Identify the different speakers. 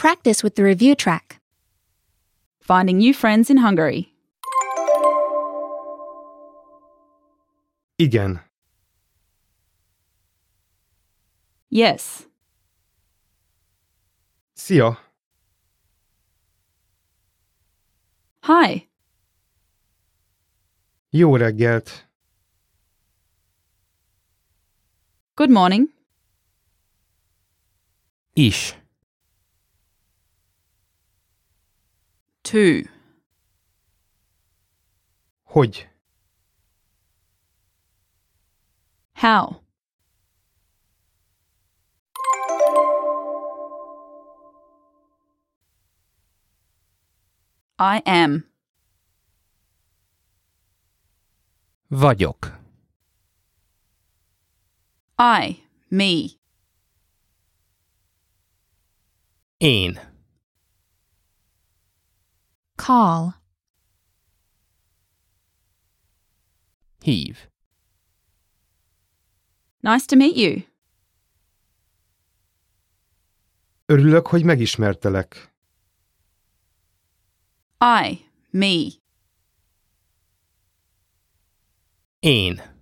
Speaker 1: practice with the review track.
Speaker 2: Finding new friends in Hungary.
Speaker 3: Igen.
Speaker 2: Yes.
Speaker 3: Szia.
Speaker 2: Hi.
Speaker 3: Jó reggelt.
Speaker 2: Good morning.
Speaker 4: Is.
Speaker 2: Two.
Speaker 3: Hogy?
Speaker 2: How? I am.
Speaker 4: Vagyok.
Speaker 2: I. Me.
Speaker 4: Én.
Speaker 1: Call.
Speaker 4: Hív.
Speaker 2: Nice to meet you.
Speaker 3: Örülök, hogy megismertelek.
Speaker 2: I. Me.
Speaker 4: Én.